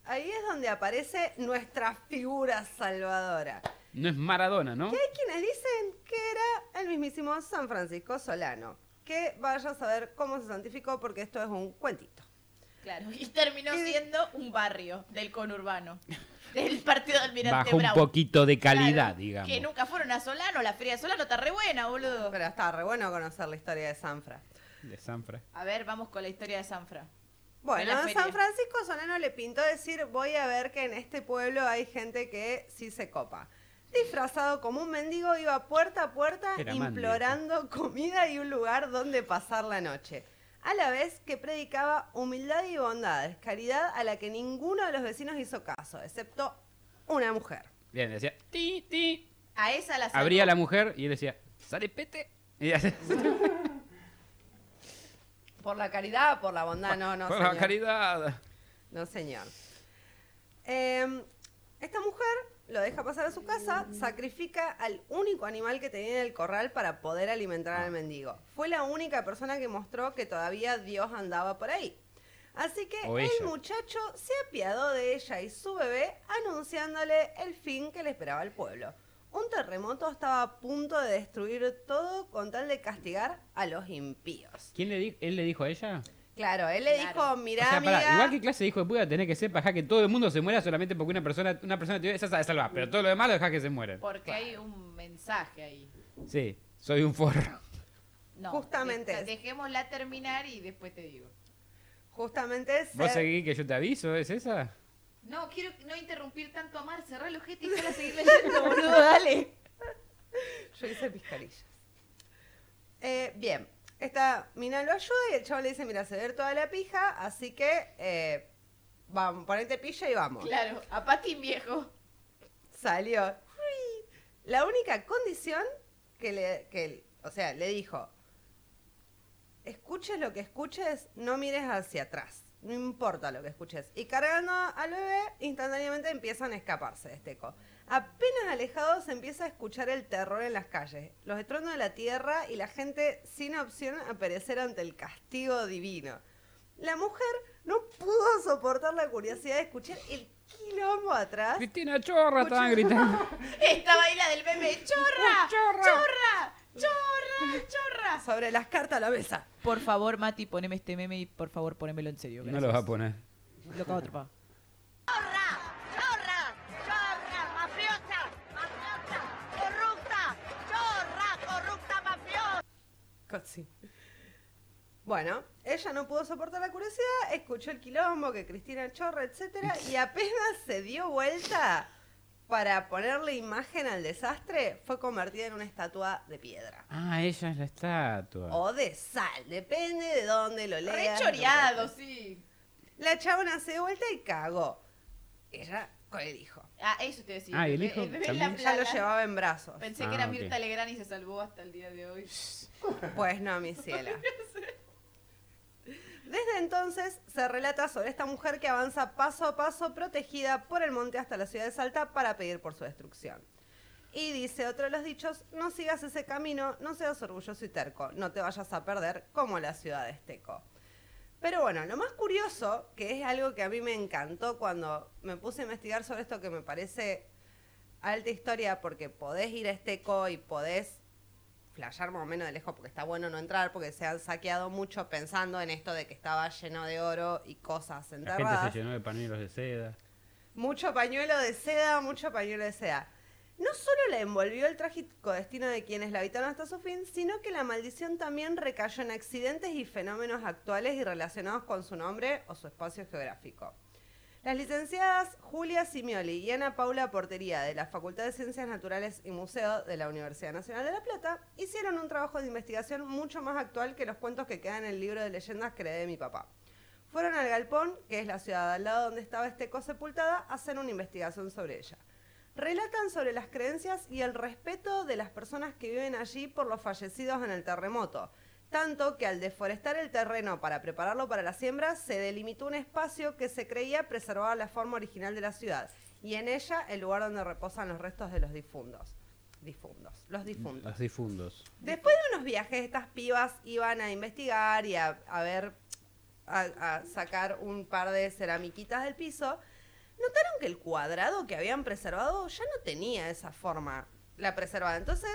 Speaker 1: Ahí es donde aparece nuestra figura salvadora.
Speaker 3: No es Maradona, ¿no?
Speaker 1: Hay quienes dicen que era el mismísimo San Francisco Solano. Que vaya a saber cómo se santificó porque esto es un cuentito.
Speaker 2: Claro. Y terminó siendo un barrio del conurbano. *laughs* Del partido de Almirante
Speaker 3: Bajó un
Speaker 2: Brown.
Speaker 3: poquito de calidad,
Speaker 2: este Claro,
Speaker 3: digamos.
Speaker 2: Que nunca fueron a Solano, la feria de Solano está re buena, boludo.
Speaker 1: Pero está re bueno conocer la historia de Sanfra.
Speaker 3: De Sanfra.
Speaker 2: A ver, vamos con la historia de Sanfra.
Speaker 1: Bueno,
Speaker 2: En la
Speaker 1: a
Speaker 2: feria.
Speaker 1: San Francisco Solano le pintó decir, voy a ver que en este pueblo hay gente que sí se copa. Disfrazado como un mendigo, iba puerta a puerta
Speaker 3: Era
Speaker 1: implorando comida y un lugar donde pasar la noche. A la vez que predicaba humildad y bondades, caridad a la que ninguno de los vecinos hizo caso, excepto una mujer.
Speaker 3: Bien, decía, ti, ti.
Speaker 2: A esa la salvó.
Speaker 3: Abría la mujer y él decía, sale pete. Y ella-
Speaker 1: Por la caridad, por la bondad, no, no.
Speaker 3: Por
Speaker 1: señor.
Speaker 3: la caridad.
Speaker 1: No, señor. Eh, esta mujer lo deja pasar a su casa, sacrifica al único animal que tenía en el corral para poder alimentar al mendigo. Fue la única persona que mostró que todavía Dios andaba por ahí. Así que
Speaker 3: O
Speaker 1: el
Speaker 3: ella.
Speaker 1: muchacho se apiadó de ella y su bebé anunciándole el fin que le esperaba al pueblo. Un terremoto estaba a punto de destruir todo con tal de castigar a los impíos.
Speaker 3: ¿Quién le dijo? ¿Él le dijo a ella?
Speaker 1: Claro, él le
Speaker 2: Claro.
Speaker 1: dijo, mirá,
Speaker 3: o sea, pará,
Speaker 1: amiga,
Speaker 3: igual que clase dijo de puta tenés que ser para dejar que todo el mundo se muera solamente porque una persona, una persona te dio, esa sabe salvar, pero todo lo demás lo dejás que se mueran.
Speaker 2: Porque hay un mensaje ahí.
Speaker 3: Sí, soy un forro.
Speaker 2: No,
Speaker 1: Justamente
Speaker 2: de-
Speaker 1: es.
Speaker 2: dejémosla terminar y después te digo.
Speaker 1: justamente es...
Speaker 3: ¿Vos seguís que yo te aviso? ¿Es esa?
Speaker 2: No, quiero no interrumpir tanto a Mar, cerrá el ojete y para
Speaker 1: *laughs*
Speaker 2: seguir leyendo, boludo, dale.
Speaker 1: Yo hice piscarillas. Eh, bien, esta mina lo ayuda y el chavo le dice, mira, se ve toda la pija, así que eh, vamos, ponete pilla y vamos.
Speaker 2: Claro, a Patín viejo.
Speaker 1: Salió. Uy. La única condición que le, que, él- o sea, le dijo, escuches lo que escuches, no mires hacia atrás. No importa lo que escuches. Y cargando al bebé, instantáneamente empiezan a escaparse de este eco. Apenas alejados se empieza a escuchar el terror en las calles, los estruendos de la tierra y la gente sin opción a perecer ante el castigo divino. La mujer no pudo soportar la curiosidad de escuchar el quilombo
Speaker 2: Ah,
Speaker 1: atrás
Speaker 3: Cristina Chorra, estaban gritando.
Speaker 2: Estaba ahí la del meme, chorra,
Speaker 3: Uh, chorra.
Speaker 2: chorra, chorra, chorra.
Speaker 1: sobre las cartas a la mesa.
Speaker 2: Por favor, Mati, poneme este meme y por favor, ponémelo en serio.
Speaker 3: *laughs* No lo va a poner.
Speaker 2: Lo cago atrapado.
Speaker 5: chorra, chorra, mafiosa, mafiosa, corrupta, chorra, corrupta, mafiosa.
Speaker 1: Casi. Bueno, ella no pudo soportar la curiosidad, escuchó el quilombo, que Cristina chorra,
Speaker 2: *laughs*
Speaker 1: etcétera, y apenas se dio vuelta para ponerle imagen al desastre, fue convertida en una estatua de piedra.
Speaker 3: Ah, ella es la
Speaker 2: Oh,
Speaker 3: estatua.
Speaker 1: O de sal, depende de dónde lo leas.
Speaker 2: Rechoreado, sí.
Speaker 1: La chabona se dio vuelta y cagó. Ella con el hijo.
Speaker 2: Ah, eso te decía.
Speaker 3: Ah, ¿y el hijo
Speaker 2: bebé en eh, la
Speaker 3: también?
Speaker 1: Ya lo
Speaker 2: playa.
Speaker 1: llevaba en brazos.
Speaker 2: Pensé
Speaker 3: Ah,
Speaker 2: que era
Speaker 3: ok.
Speaker 2: Mirta Legrand y se salvó hasta el día de hoy.
Speaker 1: Pues no, mi cielo. Desde entonces se relata sobre esta mujer que avanza paso a paso protegida por el monte hasta la ciudad de Salta para pedir por su destrucción. Y dice otro de los dichos, no sigas ese camino, no seas orgulloso y terco, no te vayas a perder como la ciudad de Esteco. Pero bueno, lo más curioso, que es algo que a mí me encantó cuando me puse a investigar sobre esto que me parece alta historia porque podés ir a Esteco y podés flashear más o menos de lejos porque está bueno no entrar porque se han saqueado mucho pensando en esto de que estaba lleno de oro y cosas
Speaker 3: La gente
Speaker 1: enterradas.
Speaker 3: se llenó de pañuelos de seda.
Speaker 1: Mucho pañuelo de seda, mucho pañuelo de seda. No solo la envolvió el trágico destino de quienes la habitaron hasta su fin, sino que la maldición también recayó en accidentes y fenómenos actuales y relacionados con su nombre o su espacio geográfico. Las licenciadas Julia Simioli y Ana Paula Portería de la Facultad de Ciencias Naturales y Museo de la Universidad Nacional de La Plata hicieron un trabajo de investigación mucho más actual que los cuentos que quedan en el libro de leyendas que heredé de mi papá. Fueron al Galpón, que es la ciudad al lado donde estaba Esteco sepultada, a hacer una investigación sobre ella. Relatan sobre las creencias y el respeto de las personas que viven allí por los fallecidos en el terremoto, tanto que al deforestar el terreno para prepararlo para la siembra, se delimitó un espacio que se creía preservaba la forma original de la ciudad, y en ella el lugar donde reposan los restos de los difuntos. difundos, los difuntos.
Speaker 3: Los difundos.
Speaker 1: Después de unos viajes, estas pibas iban a investigar y a, a ver, a, a sacar un par de ceramiquitas del piso. Notaron que el cuadrado que habían preservado ya no tenía esa forma, la preservada. Entonces,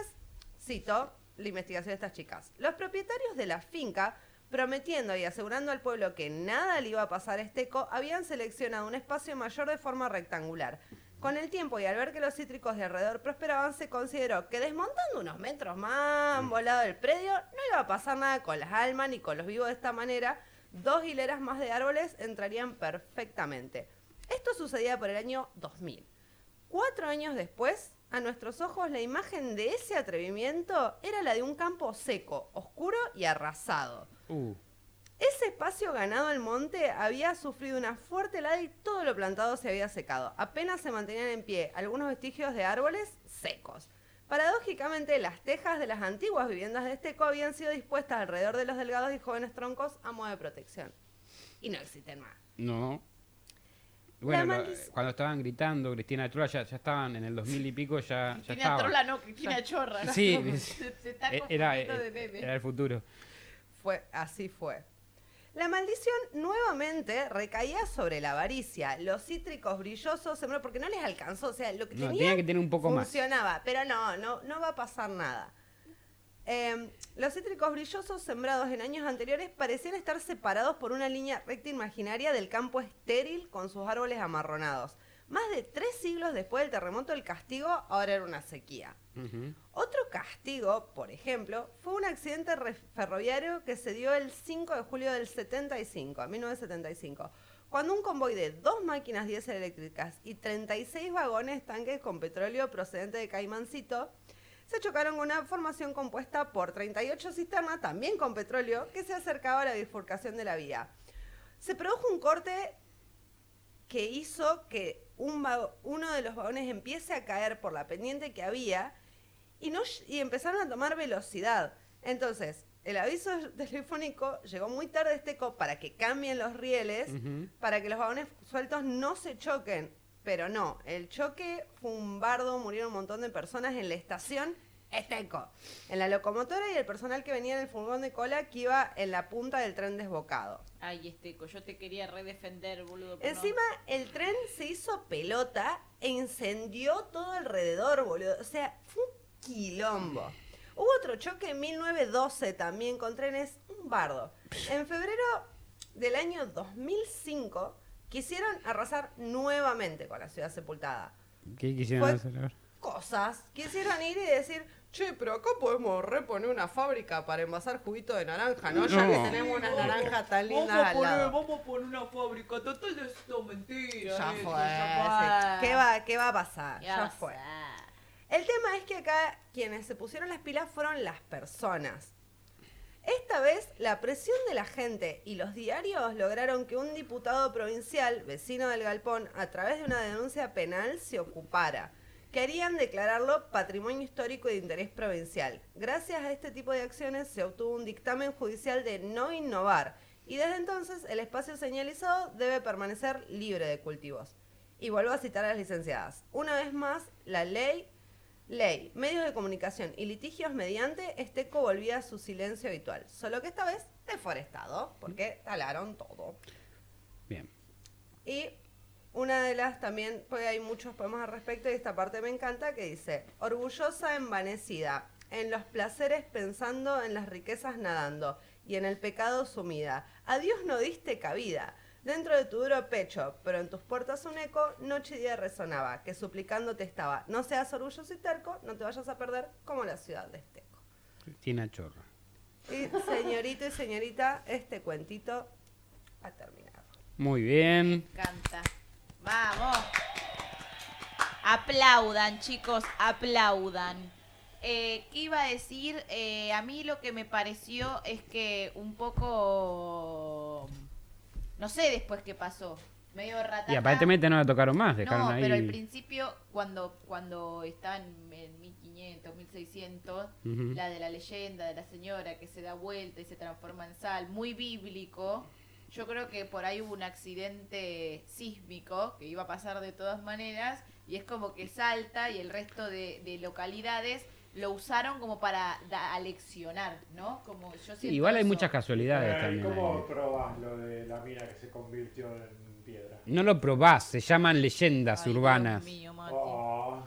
Speaker 1: cito la investigación de estas chicas. Los propietarios de la finca, prometiendo y asegurando al pueblo que nada le iba a pasar a Esteco, habían seleccionado un espacio mayor de forma rectangular. Con el tiempo y al ver que los cítricos de alrededor prosperaban, se consideró que desmontando unos metros más volado del predio, no iba a pasar nada con las almas ni con los vivos de esta manera. Dos hileras más de árboles entrarían perfectamente. Esto sucedía por el año 2000. Cuatro años después, a nuestros ojos la imagen de ese atrevimiento era la de un campo seco, oscuro y arrasado.
Speaker 3: Uh,
Speaker 1: Ese espacio ganado al monte había sufrido una fuerte helada y todo lo plantado se había secado. Apenas se mantenían en pie algunos vestigios de árboles secos. Paradójicamente, las tejas de las antiguas viviendas de Esteco habían sido dispuestas alrededor de los delgados y jóvenes troncos a modo de protección. Y no existen más.
Speaker 3: no. Bueno, lo-
Speaker 1: maldición.
Speaker 3: cuando estaban gritando, Cristina Trola, ya, ya estaban en el 2000 y pico, ya, ya
Speaker 2: Cristina
Speaker 3: estaba.
Speaker 2: Trola, no, Cristina Chorra. ¿no? *laughs*
Speaker 3: Sí, eh,
Speaker 2: se, se está
Speaker 3: era, e-,
Speaker 2: confundiendo de meme.
Speaker 3: era el futuro.
Speaker 1: Fue, así fue. La maldición nuevamente recaía sobre la avaricia, los cítricos brillosos, seguro porque no les alcanzó, o sea, lo que
Speaker 3: No,
Speaker 1: tenían
Speaker 3: tenía que tener un poco más.
Speaker 1: funcionaba, pero no, no, no va a pasar nada. Eh, los cítricos brillosos sembrados en años anteriores parecían estar separados por una línea recta imaginaria del campo estéril con sus árboles amarronados. Más de tres siglos después del terremoto, el castigo ahora era una sequía.
Speaker 3: Ujú.
Speaker 1: Otro castigo, por ejemplo, fue un accidente re- ferroviario que se dio el 5 de julio del 75, 1975, cuando un convoy de dos máquinas diésel eléctricas y 36 vagones tanques con petróleo procedente de Caimancito se chocaron con una formación compuesta por 38 cisternas, también con petróleo, que se acercaba a la bifurcación de la vía. Se produjo un corte que hizo que un vago- uno de los vagones empiece a caer por la pendiente que había y, no, ll- y empezaron a tomar velocidad. Entonces, el aviso telefónico llegó muy tarde a Esteco para que cambien los rieles,
Speaker 3: Ujú.
Speaker 1: para que los vagones sueltos no se choquen. Pero no, el choque fue un bardo, murieron un montón de personas en la estación Esteco, en la locomotora y el personal que venía en el furgón de cola que iba en la punta del tren desbocado.
Speaker 2: Ay, Esteco, yo te quería redefender, boludo. pero no.
Speaker 1: Encima, el tren se hizo pelota e incendió todo alrededor, boludo. O sea, fue un quilombo. Hubo otro choque en 1912 también con trenes, un bardo. En febrero del año 2005 quisieron arrasar nuevamente con la ciudad sepultada.
Speaker 3: ¿Qué quisieron
Speaker 1: Fue-
Speaker 3: hacer? A ver.
Speaker 1: Cosas. Quisieron ir y decir, che, pero acá podemos reponer una fábrica para envasar juguito de naranja, ¿no? Ya que
Speaker 3: No.
Speaker 1: tenemos unas naranjas tan
Speaker 2: Vamos
Speaker 1: lindas
Speaker 2: a,
Speaker 1: al
Speaker 2: poner,
Speaker 1: lado.
Speaker 2: vamos a poner una fábrica, total es todo mentira.
Speaker 1: Ya
Speaker 2: eso,
Speaker 1: fue.
Speaker 2: eh, ya
Speaker 1: sí. ¿Qué, va, ¿Qué va a pasar?
Speaker 2: ¿Qué
Speaker 1: Ya
Speaker 2: pasa?
Speaker 1: fue. El tema es que acá quienes se pusieron las pilas fueron las personas. Esta vez la presión de la gente y los diarios lograron que un diputado provincial, vecino del galpón, a través de una denuncia penal se ocupara. Querían declararlo patrimonio histórico de interés provincial. Gracias a este tipo de acciones se obtuvo un dictamen judicial de no innovar y desde entonces el espacio señalizado debe permanecer libre de cultivos. Y vuelvo a citar a las licenciadas. Una vez más, la ley Ley, medios de comunicación y litigios mediante, Esteco volvía a su silencio habitual, solo que esta vez deforestado, porque talaron todo.
Speaker 3: Bien.
Speaker 1: Y una de las también, porque hay muchos poemas al respecto, y esta parte me encanta, que dice, orgullosa envanecida, en los placeres pensando, en las riquezas nadando, y en el pecado sumida. A Dios no diste cabida, dentro de tu duro pecho, pero en tus puertas un eco, noche y día resonaba, que suplicando te estaba, no seas orgulloso y terco, no te vayas a perder como la ciudad de Esteco.
Speaker 3: Cristina Chorra.
Speaker 1: Y señorito y señorita, este cuentito ha terminado.
Speaker 3: Muy bien.
Speaker 2: Canta. Vamos. Aplaudan, chicos, aplaudan. Eh, ¿Qué iba a decir? Eh, a mí lo que me pareció es que un poco... No sé después qué pasó. Medio ratata.
Speaker 3: Y aparentemente no la tocaron más, dejaron
Speaker 2: no,
Speaker 3: ahí.
Speaker 2: pero al principio, cuando, cuando estaba en, en 1500, 1600,
Speaker 3: Ujú.
Speaker 2: la de la leyenda de la señora que se da vuelta y se transforma en sal, muy bíblico, yo creo que por ahí hubo un accidente sísmico que iba a pasar de todas maneras y es como que Salta y el resto de, de localidades lo usaron como para da- aleccionar, ¿no? Como yo
Speaker 3: Sí,
Speaker 2: siento
Speaker 3: igual hay
Speaker 2: eso.
Speaker 3: muchas casualidades
Speaker 4: Eh,
Speaker 3: también. ahí.
Speaker 4: ¿Cómo probás lo de la mina que se convirtió en piedra?
Speaker 3: No lo probás, se llaman
Speaker 2: Ay,
Speaker 3: leyendas
Speaker 2: Dios
Speaker 3: urbanas.
Speaker 2: mío, Martín.
Speaker 4: Oh,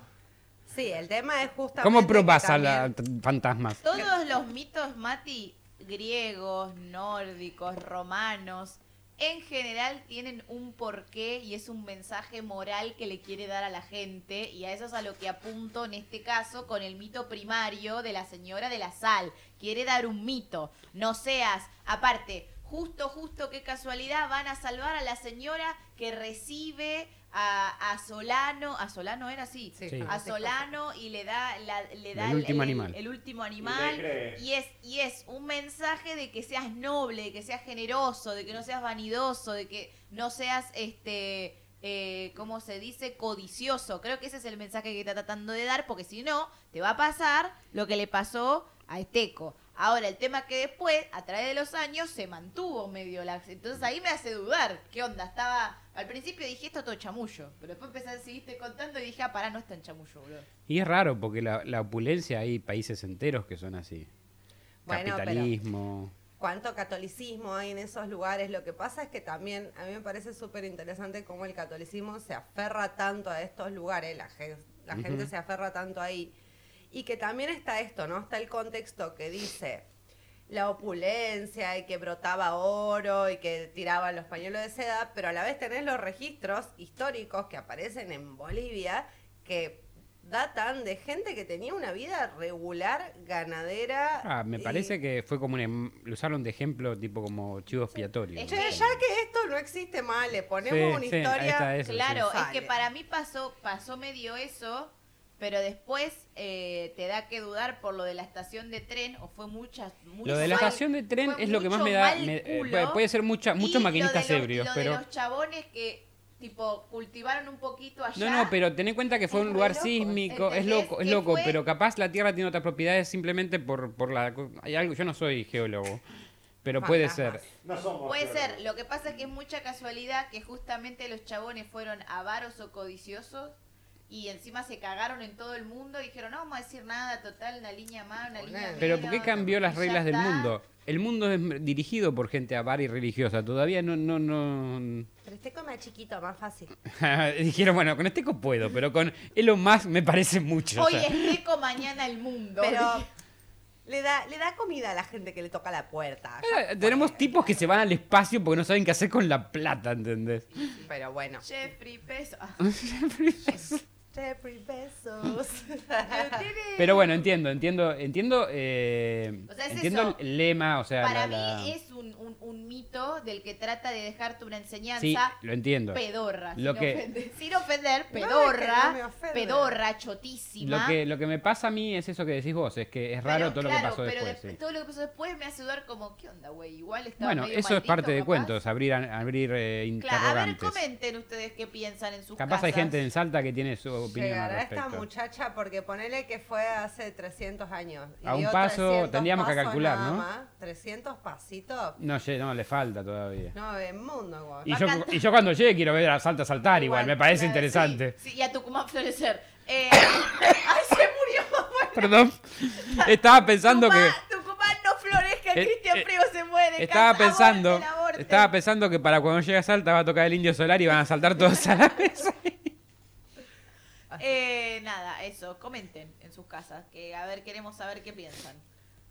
Speaker 1: Sí, el tema es justamente.
Speaker 3: ¿Cómo
Speaker 1: que
Speaker 3: probás a
Speaker 1: también-
Speaker 3: los fantasmas?
Speaker 2: Todos los mitos, Mati, griegos, nórdicos, romanos, en general tienen un porqué y es un mensaje moral que le quiere dar a la gente y a eso es a lo que apunto en este caso con el mito primario de la señora de la sal. Quiere dar un mito, no seas, aparte, justo, justo, qué casualidad, van a salvar a la señora que recibe a, a Solano, a Solano era así,
Speaker 3: Sí.
Speaker 2: a Solano y le da, la- le da
Speaker 3: El último animal.
Speaker 2: el último
Speaker 4: Y le
Speaker 2: animal
Speaker 4: cree.
Speaker 2: y es y es un mensaje de que seas noble, de que seas generoso, de que no seas vanidoso, de que no seas este eh, ¿cómo se dice? codicioso. Creo que ese es el mensaje que está tratando de dar porque si no te va a pasar lo que le pasó a Esteco. Ahora, el tema que después, a través de los años, se mantuvo medio la... Entonces ahí me hace dudar. ¿Qué onda? Estaba... Al principio dije, esto es todo chamullo. Pero después empecé a seguirte contando y dije, ah, pará, no es tan chamullo, boludo.
Speaker 3: Y es raro porque la, la opulencia hay países enteros que son así.
Speaker 1: Bueno, pero-
Speaker 3: Capitalismo.
Speaker 1: cuánto catolicismo hay en esos lugares. Lo que pasa es que también a mí me parece súper interesante cómo el catolicismo se aferra tanto a estos lugares, la, gen- la gente se aferra tanto ahí. Y que también está esto, ¿no? Está el contexto que dice la opulencia y que brotaba oro y que tiraban los pañuelos de seda, pero a la vez tenés los registros históricos que aparecen en Bolivia que datan de gente que tenía una vida regular, ganadera.
Speaker 3: Ah, me
Speaker 1: y-
Speaker 3: parece que fue como un em- lo usaron de ejemplo tipo como chivo expiatorio.
Speaker 2: Es
Speaker 1: Che, ya que esto no existe más, le ponemos
Speaker 3: Sí,
Speaker 1: una
Speaker 3: sí, ahí está
Speaker 1: historia.
Speaker 3: eso,
Speaker 2: Claro,
Speaker 1: sí.
Speaker 2: es
Speaker 1: Sale.
Speaker 2: que para mí pasó, pasó medio eso, pero después eh, te da que dudar por lo de la estación de tren, o fue muchas, mucho
Speaker 3: Lo de la
Speaker 2: mal-
Speaker 3: estación de tren
Speaker 2: fue
Speaker 3: es lo que más
Speaker 2: mucho
Speaker 3: me da.
Speaker 2: mal
Speaker 3: me- eh,
Speaker 2: culo.
Speaker 3: puede- puede ser mucha,
Speaker 2: Y
Speaker 3: muchos maquinistas
Speaker 2: lo de los-
Speaker 3: ebrios,
Speaker 2: lo de
Speaker 3: pero.
Speaker 2: los chabones que, tipo, cultivaron un poquito allá.
Speaker 3: No, no, pero ten en cuenta que fue
Speaker 1: Es
Speaker 3: un
Speaker 1: re
Speaker 3: lugar
Speaker 1: loco,
Speaker 3: sísmico, es
Speaker 2: ¿entendés?
Speaker 3: loco, es
Speaker 2: Que
Speaker 3: loco,
Speaker 2: fue-
Speaker 3: pero capaz la Tierra tiene otras propiedades simplemente por, por la... Hay algo, yo no soy geólogo, pero
Speaker 1: Jamás,
Speaker 3: puede ser.
Speaker 4: no somos.
Speaker 2: Puede ser,
Speaker 4: geólogos.
Speaker 2: lo que pasa es que es mucha casualidad que justamente los chabones fueron avaros o codiciosos y encima se cagaron en todo el mundo y dijeron, no vamos a decir nada, total, una línea más, una línea menos.
Speaker 3: Pero ¿por qué cambió las
Speaker 2: y ya
Speaker 3: reglas del
Speaker 2: está.
Speaker 3: mundo? El mundo es dirigido por gente avara y religiosa, todavía no... no, no... *laughs*
Speaker 1: Pero este con más chiquito, más fácil.
Speaker 3: Dijeron, bueno, con este puedo, pero con Elon Musk me parece mucho. o
Speaker 2: Hoy
Speaker 3: sea.
Speaker 2: es Teco, mañana el mundo.
Speaker 1: Pero le da, le da comida a la gente que le toca la puerta.
Speaker 3: Ahora Eh, Tenemos tipos que se van al espacio porque no saben qué hacer con la plata, ¿entendés?
Speaker 1: Pero bueno.
Speaker 2: Jeffrey Peso. Ah,
Speaker 1: Jeffrey
Speaker 3: *laughs*
Speaker 1: Besos.
Speaker 2: *laughs* pero tiene-
Speaker 3: Pero bueno, entiendo, entiendo, entiendo, eh,
Speaker 2: O sea, es
Speaker 3: entiendo
Speaker 2: eso.
Speaker 3: el lema, o sea,
Speaker 2: Para
Speaker 3: la- la-
Speaker 2: mí es un, un- un mito del que trata de dejarte una enseñanza
Speaker 3: sí, lo entiendo.
Speaker 2: pedorra.
Speaker 3: Lo
Speaker 2: sin,
Speaker 3: que-
Speaker 2: ofender, *laughs* sin ofender,
Speaker 1: que no
Speaker 2: pedorra,
Speaker 1: me ofende.
Speaker 2: pedorra,
Speaker 3: Lo
Speaker 2: chotísima.
Speaker 3: que, lo que me pasa a mí es eso que decís vos, es que es raro
Speaker 2: Pero,
Speaker 3: todo lo que
Speaker 2: claro,
Speaker 3: pasó
Speaker 2: pero
Speaker 3: después.
Speaker 2: de-
Speaker 3: sí.
Speaker 2: Todo lo que pasó después me hace dudar como, ¿qué onda, güey? Igual está
Speaker 3: Bueno,
Speaker 2: medio
Speaker 3: eso es
Speaker 2: maldito,
Speaker 3: parte de
Speaker 2: capaz.
Speaker 3: cuentos, abrir, a- abrir eh,
Speaker 2: Claro, a ver,
Speaker 3: interrogantes.
Speaker 2: comenten ustedes qué piensan en sus
Speaker 3: Capaz hay
Speaker 2: casas.
Speaker 3: gente en Salta que tiene su opinión al
Speaker 1: Llegará esta
Speaker 3: respecto.
Speaker 1: muchacha porque ponele que fue hace 300 años.
Speaker 3: A un
Speaker 1: dio
Speaker 3: paso, tendríamos que
Speaker 1: pasos
Speaker 3: calcular,
Speaker 1: nada
Speaker 3: ¿no?
Speaker 1: más. 300 pasitos.
Speaker 3: No, lle- no, le falta todavía.
Speaker 1: No, ve mundo, guau.
Speaker 3: Y
Speaker 2: Va
Speaker 3: yo,
Speaker 2: canta-
Speaker 3: y yo cuando llegue quiero ver a Salta saltar igual, me parece
Speaker 2: Claro,
Speaker 3: interesante. *laughs*
Speaker 2: Sí, sí, y a Tucumán florecer. Eh, *coughs* ¡Ay, se murió! *laughs*
Speaker 3: Perdón, estaba pensando que...
Speaker 2: Tucumán, Tucumán no florezca,
Speaker 3: Eh,
Speaker 2: Cristian
Speaker 3: eh,
Speaker 2: Privo se muere.
Speaker 3: Estaba
Speaker 2: Canta,
Speaker 3: pensando,
Speaker 2: aborten, aborten.
Speaker 3: estaba pensando que para cuando llegue a Salta va a tocar el Indio Solar y van a saltar
Speaker 2: *laughs*
Speaker 3: todos a la mesa.
Speaker 2: Eh, nada, eso, comenten en sus casas, que a ver, queremos saber qué piensan.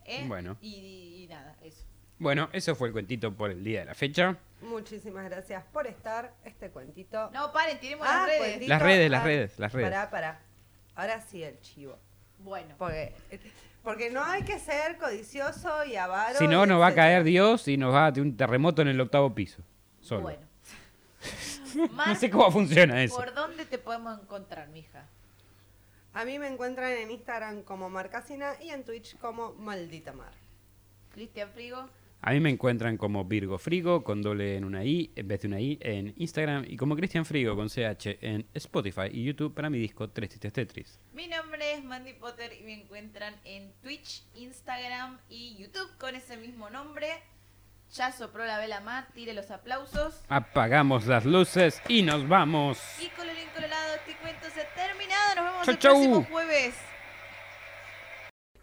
Speaker 2: ¿Eh?
Speaker 3: Bueno.
Speaker 2: Y- y- y nada, eso.
Speaker 3: Bueno, eso fue el cuentito por el día de la fecha.
Speaker 1: Muchísimas gracias por estar. Este cuentito.
Speaker 2: No, paren, tiremos
Speaker 1: Ah,
Speaker 2: las redes.
Speaker 1: cuentito.
Speaker 3: Las redes,
Speaker 1: Ah,
Speaker 3: las redes, las redes.
Speaker 1: Pará, pará. Ahora sí el chivo.
Speaker 2: Bueno.
Speaker 1: Porque, porque no hay que ser codicioso y avaro.
Speaker 3: Si no,
Speaker 1: y
Speaker 3: nos va a
Speaker 1: etcétera.
Speaker 3: caer Dios y nos va a tener un terremoto en el octavo piso. Solo.
Speaker 2: Bueno.
Speaker 3: *laughs* No
Speaker 2: Mar,
Speaker 3: sé cómo funciona eso.
Speaker 2: ¿por dónde te podemos encontrar, mija?
Speaker 1: A mí me encuentran en Instagram como Marcasina y en Twitch como Maldita Mar.
Speaker 2: Cristian Frigo.
Speaker 3: A mí me encuentran como Virgo Frigo con doble en una I en vez de una I en Instagram y como Cristian Frigo con CH en Spotify y YouTube para mi disco Tres Tristes Tetris.
Speaker 2: Mi nombre es Mandy Potter y me encuentran en Twitch, Instagram y YouTube con ese mismo nombre. Ya sopró la vela más, tire los aplausos.
Speaker 3: Apagamos las luces y nos vamos.
Speaker 2: Y colorín colorado, este cuento se ha terminado. Nos vemos
Speaker 3: Chau,
Speaker 2: el
Speaker 3: chau.
Speaker 2: próximo jueves.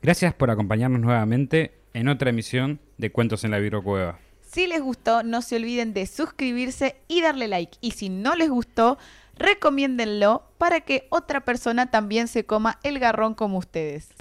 Speaker 3: Gracias por acompañarnos nuevamente en otra emisión de Cuentos en la Virocueva.
Speaker 2: Si les gustó, no se olviden de suscribirse y darle like. Y si no les gustó, recomiéndenlo para que otra persona también se coma el garrón como ustedes.